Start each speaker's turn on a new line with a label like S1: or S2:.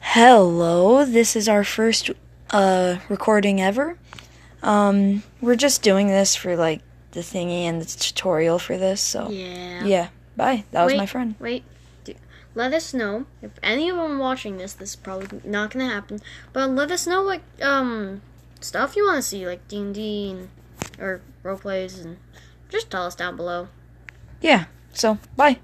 S1: Hello, this is our first uh, recording ever. Um, we're just doing this for like the thingy and the tutorial for this, so
S2: Yeah.
S1: yeah. Bye. That was
S2: wait,
S1: my friend.
S2: Wait. Do- Let us know if anyone watching this. This is probably not gonna happen, but let us know what um stuff you want to see, like D and D or role plays, and just tell us down below.
S1: Yeah. So bye.